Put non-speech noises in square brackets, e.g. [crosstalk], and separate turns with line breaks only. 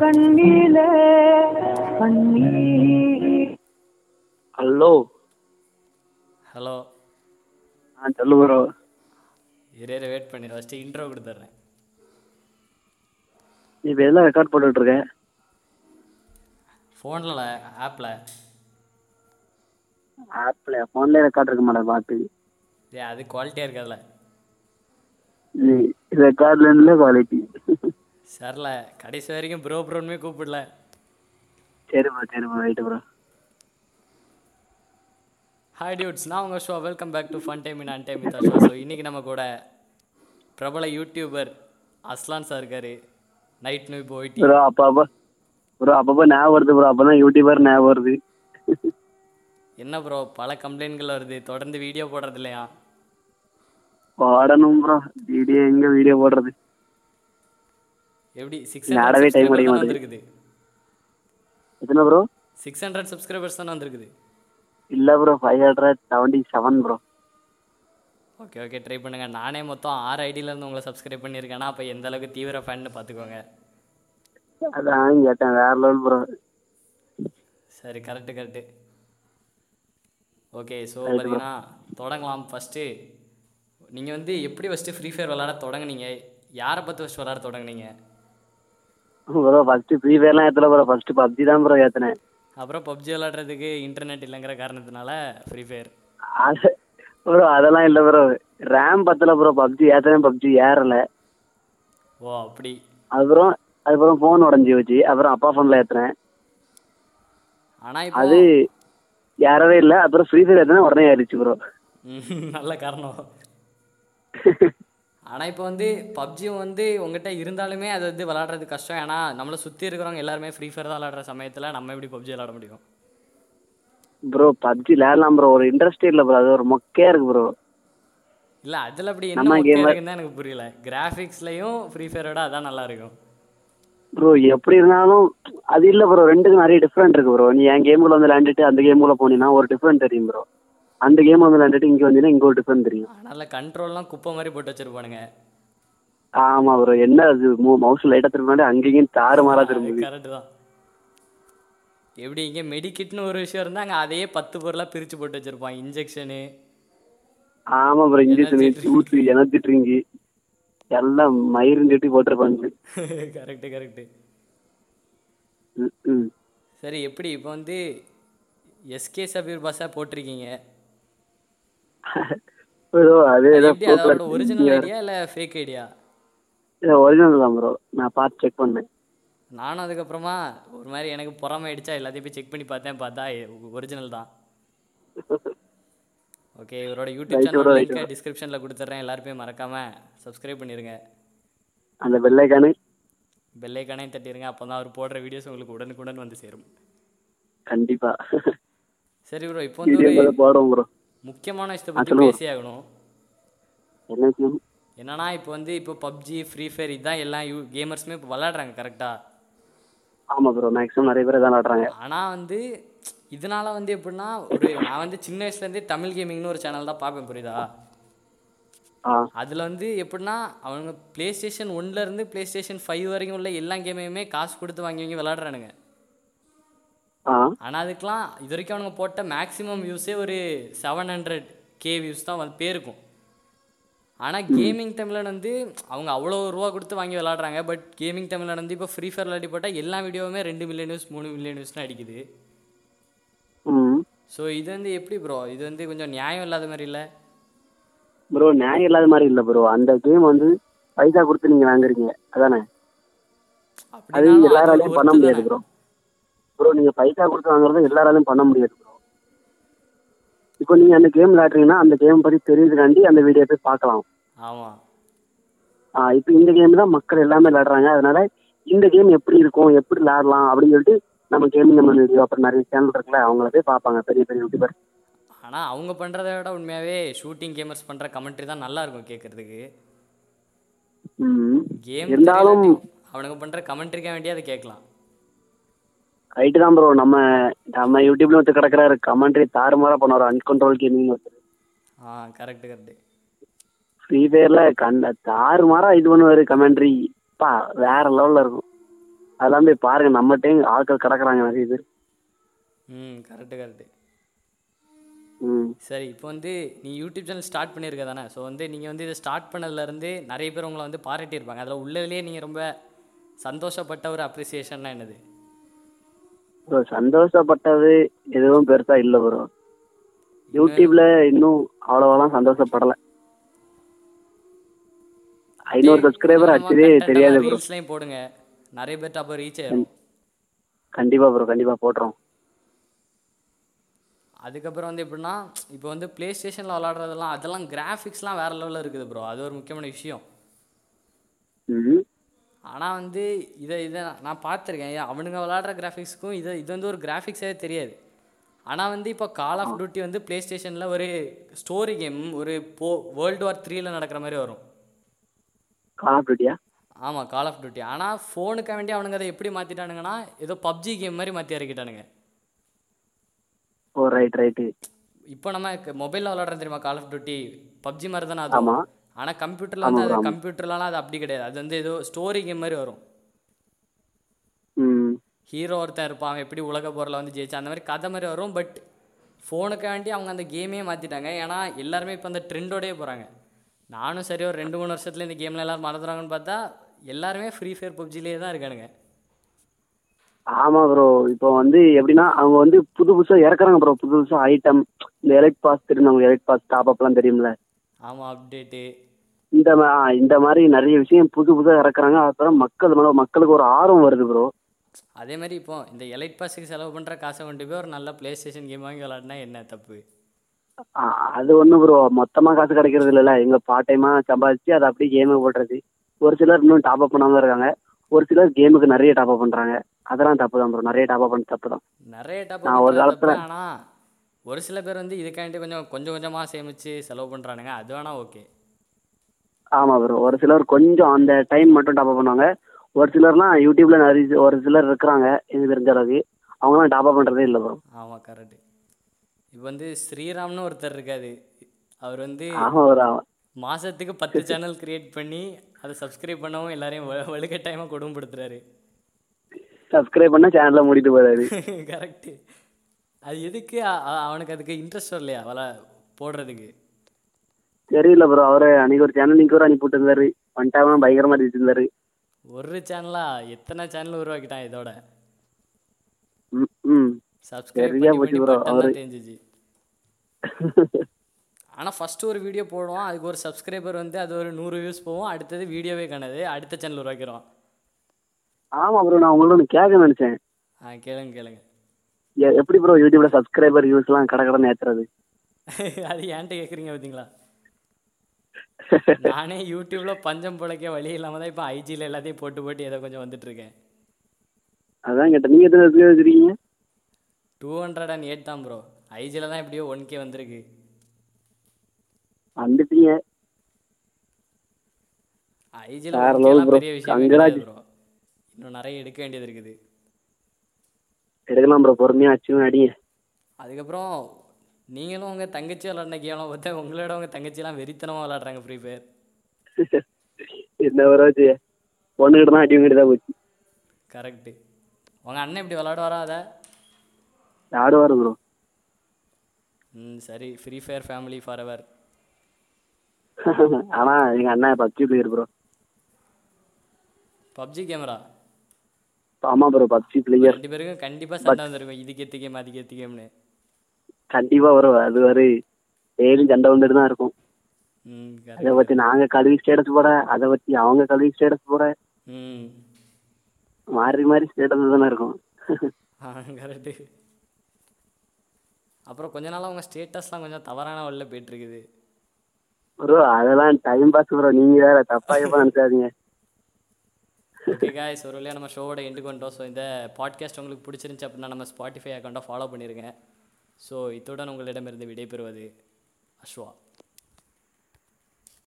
கண்ணில கண்ணீர்
hello
hello
ஆ சொல்லு ப்ரோ
இரு வெயிட் பண்ணிடு ஃபஸ்ட்டு இன்ட்ரோ கொடுத்துட்றேன்
இப்போ எல்லாம் ரெக்கார்ட் போட்டுட்டு இருக்கேன்
ஃபோனில் ஆப்பில்
ஆப்பில் ஃபோன்லேயே ரெக்கார்ட் இருக்க மாட்டேன் பார்த்து
ஏ அது குவாலிட்டியாக இருக்காதுல
ரெக்கார்ட்லேருந்துல குவாலிட்டி
சரில கடைசி வரைக்கும் ப்ரோ ப்ரோன்மே கூப்பிடல
சரி ப்ரோ சரி bro right bro
hi dudes நான் உங்கள் show welcome back to fun time in an time with show so இன்றைக்கி நம்ம கூட பிரபல யூடியூபர் அஸ்லான் சார் இருக்காரு நைட் நூய் போயிட்டு
ப்ரோ அப்பப்போ ப்ரோ அப்பப்போ ஞாபகம் வருது ப்ரோ அப்போ தான் யூடியூபர் ஞாபகம் வருது
என்ன ப்ரோ பல கம்ப்ளைண்ட்கள் வருது தொடர்ந்து வீடியோ போடுறது இல்லையா
பாடணும் ப்ரோ வீடியோ எங்கே வீடியோ போடுறது
எப்படி சிக்ஸ்
நாடவே time
ஹண்ட்ரட்
அடைய
தான்
மாட்டேங்குது.
வந்திருக்குது
எத்தனை ப்ரோ
சிக்ஸ் ஹண்ட்ரட் சப்ஸ்கிரைபர்ஸ் தான் வந்திருக்குது
இல்லை bro five hundred seventy seven bro
okay okay try பண்ணுங்க நானே மொத்தம் ஆறு ஐடியிலேருந்து உங்களை சப்ஸ்கிரைப் பண்ணியிருக்கேன்னா அப்போ எந்த அளவுக்கு தீவிர ஃபேன்னு பார்த்துக்கோங்க
அதான் கேட்டேன் வேற லெவல் ப்ரோ
சரி கரெக்டு கரெக்டு ஓகே ஸோ பார்த்தீங்கன்னா தொடங்கலாம் ஃபஸ்ட்டு நீங்கள் வந்து எப்படி ஃபஸ்ட்டு ஃப்ரீ ஃபயர் விளாட தொடங்குனீங்க யாரை பார்த்து ஃபஸ்ட் விளாட தொடங்குனீங்க
ப்ரோ ஃபஸ்ட்டு ஃப்ரீ ஃபயர்லாம் ஏற்றல ப்ரோ ஃபஸ்ட்டு பப்ஜி தான் ப்ரோ ஏற்றினேன்
அப்புறம் பப்ஜி விளாடுறதுக்கு இன்டர்நெட் இல்லைங்கிற காரணத்தினால ஃப்ரீ ஃபயர்
அது ப்ரோ அதெல்லாம் இல்லை ப்ரோ ரேம் பத்தல ப்ரோ பப்ஜி ஏற்றினேன் பப்ஜி ஏறல
ஓ அப்படி
அப்புறம் அதுக்கப்புறம் ஃபோன் உடஞ்சி போச்சு அப்புறம் அப்பா ஃபோனில் ஏற்றினேன்
ஆனால் இப்போ
அது ஏறவே இல்லை அப்புறம் ஃப்ரீ ஃபயர் ஏற்றினேன் உடனே ஏறிச்சு ப்ரோ
ம், நல்ல காரணம் ஆனால் இப்போ வந்து பப்ஜி வந்து உங்ககிட்ட இருந்தாலுமே அது வந்து விளாட்றது கஷ்டம் ஏன்னா நம்மளை சுற்றி இருக்கிறவங்க எல்லாருமே ஃப்ரீ ஃபயர் தான் விளாடுற சமயத்தில் நம்ம எப்படி பப்ஜி விளாட முடியும்
ப்ரோ பப்ஜி விளையாடலாம் ப்ரோ ஒரு இன்ட்ரெஸ்டே இல்லை ப்ரோ அது ஒரு மொக்கையாக இருக்கு ப்ரோ
இல்லை அதில் அப்படி என்ன
நம்ம
மொக்க
game ல-
இருக்குன்னு எனக்கு புரியல கிராஃபிக்ஸ்லையும் ஃப்ரீ ஃபயரோட அதான் நல்லா இருக்கும்
ப்ரோ எப்படி இருந்தாலும் அது இல்லை ப்ரோ ரெண்டுக்கும் நிறைய டிஃப்ரெண்ட் இருக்கு ப்ரோ நீ என் கேமுக்குள்ள வந்து விளையாண்டுட்டு அந்த கேமுக்குள்ள போனீங்கன்னா ஒரு டிஃப்ரெண்ட் தெரியும் ப்ரோ அந்த கேம் வந்து விளையாண்டுட்டு இங்கே வந்தீங்கன்னா இங்கே ஒரு டிஃப்ரெண்ட் தெரியும்
அதனால் கண்ட்ரோல்லாம் குப்பை மாதிரி போட்டு வச்சிருப்பானுங்க
ஆமா ப்ரோ என்ன அது மவுஸ் லைட்டா திரும்பினாலே அங்கேயும் தாறுமாறா திரும்புது
கரெக்டு தான் எப்படி இங்கே மெடிக்கிட்னு ஒரு விஷயம் இருந்தால் அங்கே அதையே பத்து பொருளாக பிரித்து போட்டு வச்சுருப்பான் [laughs] இன்ஜெக்ஷனு
ஆமா bro injection
Energy
juice energy drink எல்லாம் மயிரும் கட்டி போட்டிருப்பாங்க
கரெக்டு கரெக்டு
ம், ம்.
சரி எப்படி இப்போ வந்து எஸ்கே சபீர் பாஸாக போட்டிருக்கீங்க
ப்ரோ அது
அது
ஏதோ
எப்படி அதோட ஒரிஜினல் ஐடியா இல்லை ஃபேக் ஐடியா
ஒரிஜினல் தான் ப்ரோ நான் பார்த்து செக் பண்ணேன்
நானும் அதுக்கப்புறமா ஒரு மாதிரி எனக்கு பொறாமை ஆயிடுச்சா எல்லாத்தையும் போய் செக் பண்ணி பார்த்தேன் பார்த்தா ஒரிஜினல் தான் ஓகே இவரோட YouTube
Right, bro,
channel
right,
link டிஸ்கிரிப்ஷனில் கொடுத்துட்றேன் எல்லாருமே மறக்காமல் சப்ஸ்கிரைப் பண்ணிடுங்க
அந்த வெள்ளைக்கானு
bell icon ஐயும் தட்டிடுங்க அப்போ தான் அவர் போடுற வீடியோஸ் உங்களுக்கு உடனுக்குடன் வந்து சேரும்
கண்டிப்பா
சரி ப்ரோ இப்போ வந்து
வீடியோ
ஒரு
பார்த்து போடுவோம் ப்ரோ
முக்கியமான விஷயத்தை பற்றி
சொல்லுங்க.
பேசி ஆகணும்
என்ன விஷயம்?
என்னன்னா இப்போ வந்து இப்போ பப்ஜி ஃப்ரீ ஃபயர் இதுதான் எல்லா யூ கேமர்ஸுமே இப்போ விளாட்றாங்க கரெக்டாக
ஆமா ப்ரோ மேக்ஸிமம் நிறைய பேர் தான் விளாடுறாங்க
ஆனால் வந்து இதனால வந்து எப்படின்னா ஒரு நான் வந்து சின்ன வயசுலேருந்தே தமிழ் கேமிங்னு ஒரு சேனல் தான் பார்ப்பேன் புரியுதா
ஆ
அதில் வந்து எப்படின்னா அவங்க ப்ளே ஸ்டேஷன் ஒன்லேருந்து ப்ளே ஸ்டேஷன் ஃபைவ் வரைக்கும் உள்ள எல்லா கேமையுமே காசு கொடுத்து வாங்கி வாங்கி விளாட்றானுங்க
ஆ
ஆனால் அதுக்கெலாம் இது வரைக்கும் அவனுங்க போட்ட மேக்ஸிமம் வியூஸே ஒரு செவன் ஹண்ட்ரட் கே வியூஸ் தான் வந்து பேருக்கும் ஆனால் கேமிங் தமிழன் வந்து அவங்க அவ்வளோ ரூபா கொடுத்து வாங்கி விளாட்றாங்க பட் கேமிங் தமிழன் வந்து இப்போ ஃப்ரீ ஃபயர் விளையாடி போட்டால் எல்லா வீடியோவுமே ரெண்டு மில்லியன் வியூஸ் மூணு மில்லியன் வியூஸ்னு அடிக்குது
ம்
ஸோ இது வந்து எப்படி ப்ரோ இது வந்து கொஞ்சம் நியாயம் இல்லாத மாதிரி இல்லை
ப்ரோ நியாயம் இல்லாத மாதிரி இல்லை ப்ரோ அந்த கேம் வந்து பைசா கொடுத்து நீங்க வாங்குறீங்க அதானே அது
அப்படின்னாலும் அது
எல்லாராலையும் பண்ண
worth
முடியாது
தானே.
ப்ரோ ப்ரோ நீங்க பைசா கொடுத்து வாங்குறது எல்லாராலையும் பண்ண முடியாது ப்ரோ இப்போ நீங்க அந்த கேம் விளையாடுறீங்கன்னா அந்த கேம் பத்தி தெரிஞ்சதுக்காண்டி அந்த வீடியோ போய் பார்க்கலாம்
ஆமாம்
ஆ, இப்போ இந்த கேம் தான் மக்கள் எல்லாமே விளையாடுறாங்க அதனால இந்த கேம் எப்படி இருக்கும் எப்படி விளையாடலாம் அப்படின்னு சொல்லிட்டு நம்ம கேமிங் நம்ம வீடியோ அப்புறம் நிறைய சேனல் இருக்குல்ல அவங்கள போய் பார்ப்பாங்க பெரிய பெரிய யூடியூபர்
ஆனால் அவங்க பண்ணுறத விட உண்மையாகவே ஷூட்டிங் கேமர்ஸ் பண்ணுற கமெண்ட்ரி தான் நல்லா இருக்கும் கேட்குறதுக்கு
ம்
கேம்
இருந்தாலும்
அவனுங்க பண்ணுற கமெண்ட்ரிக்காக வேண்டியே அதை கேட்கலாம்
ரைட்டு தான் ப்ரோ நம்ம நம்ம யூடியூப்ல ஒருத்தர் கிடக்குறாரு கமெண்ட்ரி தாறுமாறா பண்ணுவார் அன்கண்ட்ரோல் கேமிங் ஒருத்தர்
ஆ கரெக்டு கரெக்டு
ஃப்ரீ ஃபயர்ல கண்ட தாறுமாறா இது பண்ணுவாரு கமெண்ட்ரி பா வேற லெவல்ல இருக்கும் அதெல்லாம் போய் பாருங்க நம்ம டைம் ஆட்கள் கிடக்குறாங்க நிறைய பேர்
ம் கரெக்டு கரெக்டு
ம்
சரி இப்போ வந்து நீ யூடியூப் சேனல் ஸ்டார்ட் பண்ணியிருக்க தானே ஸோ வந்து நீங்கள் வந்து இதை ஸ்டார்ட் பண்ணதுலேருந்து நிறைய பேர் உங்களை வந்து பாராட்டியிருப்பாங்க அதில் உள்ளதுலேயே நீங்கள் ரொம்ப சந்தோஷப்பட்ட ஒரு அப்ரிசியேஷன்லாம் என்னது
ப்ரோ சந்தோஷப்பட்டது எதுவும் பெருசா இல்லை ப்ரோ யூடியூப்ல இன்னும் அவ்வளோவெல்லாம் சந்தோஷப்படல ஐநூறு சப்ஸ்கிரைபர் ஆச்சதே தெரியாது ப்ரோ
ரீல்ஸ்லையும் போடுங்க நிறைய பேர்ட்ட அப்போ ரீச் ஆயிடும்
கண்டிப்பா ப்ரோ கண்டிப்பா போட்டுறோம்
அதுக்கப்புறம் வந்து எப்படின்னா இப்போ வந்து ப்ளே ஸ்டேஷனில் விளாட்றதெல்லாம் அதெல்லாம் கிராஃபிக்ஸ்லாம் வேறு லெவலில் இருக்குது ப்ரோ அது ஒரு முக்கியமான விஷயம்
ம்
ஆனால் வந்து இதை இதை நான் பார்த்துருக்கேன் அவனுங்க விளாட்ற கிராஃபிக்ஸ்க்கும் இதை இது வந்து ஒரு கிராஃபிக்ஸே தெரியாது ஆனால் வந்து இப்போ கால் ஆஃப் டியூட்டி வந்து ப்ளே ஸ்டேஷனில் ஒரு ஸ்டோரி கேம் ஒரு போ வேர்ல்டு வார் த்ரீயில் நடக்கிற மாதிரி வரும்
கால் ஆஃப் டியூட்டியா
ஆமாம் கால் ஆஃப் டியூட்டி ஆனால் ஃபோனுக்கு வேண்டி அவனுங்க அதை எப்படி மாற்றிட்டானுங்கன்னா ஏதோ பப்ஜி கேம் மாதிரி மாற்றி இறக்கிட்டானுங்க
ஓ ரைட் ரைட்டு
இப்போ நம்ம மொபைலில் விளாட்றோம் தெரியுமா கால் ஆஃப் டியூட்டி பப்ஜி மாதிரி தானே அது
ஆமா
ஆனால் கம்ப்யூட்டரில் வந்து அது கம்ப்யூட்டர்லலாம் அது அப்படி கிடையாது அது வந்து ஏதோ ஸ்டோரி கேம் மாதிரி வரும்
ம்
ஹீரோ ஒருத்தன் இருப்பான் அவன் எப்படி உலக போரில் வந்து ஜெயிச்சான் அந்த மாதிரி கதை மாதிரி வரும் பட் ஃபோனுக்கு வேண்டி அவங்க அந்த கேமே மாற்றிட்டாங்க ஏன்னா எல்லாருமே இப்போ அந்த ட்ரெண்டோடயே போகிறாங்க நானும் சரி ஒரு ரெண்டு மூணு வருஷத்தில் இந்த கேமில் எல்லாரும் மறந்துடுறாங்கன்னு பார்த்தா எல்லாருமே ஃப்ரீ ஃபயர் பப்ஜிலேயே தான் இருக்கானுங்க
ஆமா ப்ரோ இப்போ வந்து எப்படின்னா அவங்க வந்து புது புதுசா இறக்குறாங்க ப்ரோ புது புதுசா ஐட்டம் இந்த எலைட் பாஸ் திருந்தவங்க எலைட் பாஸ் டாப் அப்லாம் தெரியும்ல
ஆமாம் அப்டேட்டு
இந்த மா- ஆ, இந்த மாதிரி நிறைய விஷயம் புது புதுசா இறக்குறாங்க அப்புறம் மக்கள் மேல மக்களுக்கு ஒரு ஆர்வம் வருது ப்ரோ
அதே மாதிரி இப்போ இந்த எலைட் பாஸுக்கு செலவு பண்ணுற காசை கொண்டு போய் ஒரு நல்ல ப்ளே ஸ்டேஷன் கேம் வாங்கி விளாட்னா என்ன தப்பு
அது ஒண்ணு ப்ரோ மொத்தமா காசு கிடைக்கிறது இல்லைல்ல எங்க பார்ட் டைமா சம்பாதிச்சு அதை அப்படியே கேமுக்கு போடுறது ஒரு சிலர் இன்னும் டாப் அப் பண்ணாம இருக்காங்க ஒரு சிலர் கேமுக்கு நிறைய டாப் அப் பண்றாங்க அதெல்லாம் தப்பு தான் ப்ரோ நிறைய டாப் அப் பண்ண தப்பு தான்
நிறைய
நான் ஒரு
டப்பு
காலத்துல-
ஆனால் ஒரு சில பேர் வந்து இதுக்காண்டி கொஞ்சம் கொஞ்சம் கொஞ்சமாக சேமித்து செலவு பண்ணுறானுங்க அது வேணா ஓகே
ஆமா ப்ரோ ஒரு சிலர் கொஞ்சம் அந்த டைம் மட்டும் டாப் பண்ணுவாங்க ஒரு சிலர்லாம் யூடியூப்ல நிறைய ஒரு சிலர் இருக்கிறாங்க எனக்கு தெரிஞ்ச அளவுக்கு அவங்கலாம் டாப் பண்றதே இல்லை ப்ரோ
ஆமாம் கரெக்டு இப்போ வந்து ஸ்ரீராம்னு ஒருத்தர் இருக்காரு அவர் வந்து
ஆமா ப்ரோ
மாதத்துக்கு பத்து சேனல் கிரியேட் பண்ணி அதை சப்ஸ்கிரைப் பண்ணவும் எல்லாரையும் வ- வலுக்கட்டாயமாக கொடுமைப்படுத்துறாரு [laughs]
சப்ஸ்கிரைப் பண்ணா சேனல்ல மூடிட்டு போயிடாது
கரெக்டு அது எதுக்கு அ- அ- அவனுக்கு அதுக்கு இன்ட்ரெஸ்ட் வரலையா வள போடுறதுக்கு
தெரியல ப்ரோ அவரு அன்னைக்கு ஒரு சேனல் இன்னைக்கு ஒரு அனுப்பிட்டு இருந்தாரு வந்துட்டாலும் பயங்கரமா அடிச்சுட்டு இருந்தாரு
ஒரு சேனலா எத்தனை சேனல் உருவாக்கிட்டான் இதோட
ம், ம்
சப்ஸ்கிரைப்
சரியா
பண்ணி
போச்சு
பண்ணி
bro,
பட்டெல்லாம் தெரிஞ்சிச்சு ஆனால் ஃபஸ்ட்டு ஒரு வீடியோ போடுவோம் அதுக்கு ஒரு சப்ஸ்கிரைபர் வந்து அது ஒரு நூறு வியூஸ் போவோம் அடுத்தது வீடியோவே காணாது அடுத்த சேனல் உருவாக்கிறோம்
ஆமா ப்ரோ நான் உங்களோட ஒண்ணு கேட்க நினைச்சேன்
ஆ கேளுங்க கேளுங்க
எ- எப்படி ப்ரோ யூடியூப்ல சப்ஸ்கிரைபர் வியூஸ் எல்லாம் கடை கடை ஏத்துறது
அது ஏன்ட்ட கேட்குறீங்க
[laughs]
பார்த்தீங்களா நானே யூடியூப்ல பஞ்சம் பிழைக்க வழி இல்லாம தான் இப்போ ஐஜியில் எல்லாத்தையும் போட்டு போட்டு ஏதோ கொஞ்சம் வந்துட்டு இருக்கேன்
அதான் கேட்டேன் நீங்க எத்தனை subscriber வச்சிருக்கீங்க
டூ ஹண்ட்ரட் அண்ட் எயிட் தான் ப்ரோ ஐஜியில் தான் எப்படியோ ஒன் கே வந்திருக்கு
வந்துட்டீங்க
ஐஜியில்
வேற
ஒன்
level
கேலாம்
bro.
பெரிய விஷயம்
Congrats.
ப்ரோ இன்னும் நிறைய எடுக்க வேண்டியது இருக்குது
எடுக்கலாம் ப்ரோ பொறுமையா அச்சும் அடிங்க [laughs]
அதுக்கப்புறம் நீங்களும் உங்கள் தங்கச்சி விளாட்ன கேம்லாம் பார்த்தா உங்களோட உங்கள் தங்கச்சிலாம் வெறித்தனமாக விளாட்றாங்க ஃப்ரீ ஃபயர்
என்ன ப்ரோ ஆச்சு பொண்ணுகிட்ட தான் அடி வாங்கிட்டு தான் போச்சு
கரெக்டு உங்கள் அண்ணன் இப்படி விளாடுவாரா அதை
ஆடுவாரு ப்ரோ
ம் சரி free fire family forever
[laughs] ஆனா எங்க அண்ணா PUBG player bro
PUBG camera
ஆமா ப்ரோ பப்ஜி பிளேயர்
ரெண்டு பேருக்கும் கண்டிப்பாக சண்டை வந்திருக்கும் இதுக்கு எத்து கேம் அதுக்கு எத்து கேம்னு
கண்டிப்பா வரும் அது வரை டெய்லியும் சண்டை வந்துட்டு தான் இருக்கும்
ம் correct.
அதை பத்தி நாங்க கழுவி ஸ்டேட்டஸ் போட அதை பத்தி அவங்க கழுவி ஸ்டேட்டஸ் போட
ம்
மாறி மாறி ஸ்டேட்டஸ் தானே இருக்கும் [laughs]
ஆ கரெக்டு அப்புறம் கொஞ்ச நாளாக உங்கள் ஸ்டேட்டஸ்லாம் கொஞ்சம் தவறான வழியில் போயிட்டுருக்குது
ப்ரோ அதெல்லாம் டைம் பாஸ் ப்ரோ நீங்க வேற தப்பா எப்ப நினைச்சாதீங்க
ஓகே காய்ஸ் ஒரு வழியாக நம்ம ஷோவோட எண்டு கொண்டோம் ஸோ இந்த பாட்காஸ்ட் உங்களுக்கு பிடிச்சிருந்துச்சி அப்படின்னா நம்ம ஸ்பாட்டிஃபை அக்கௌண்ட்டை ஃபாலோ பண்ணிருங்க ஸோ இத்துடன் உங்களிடமிருந்து விடைபெறுவது அஸ்வா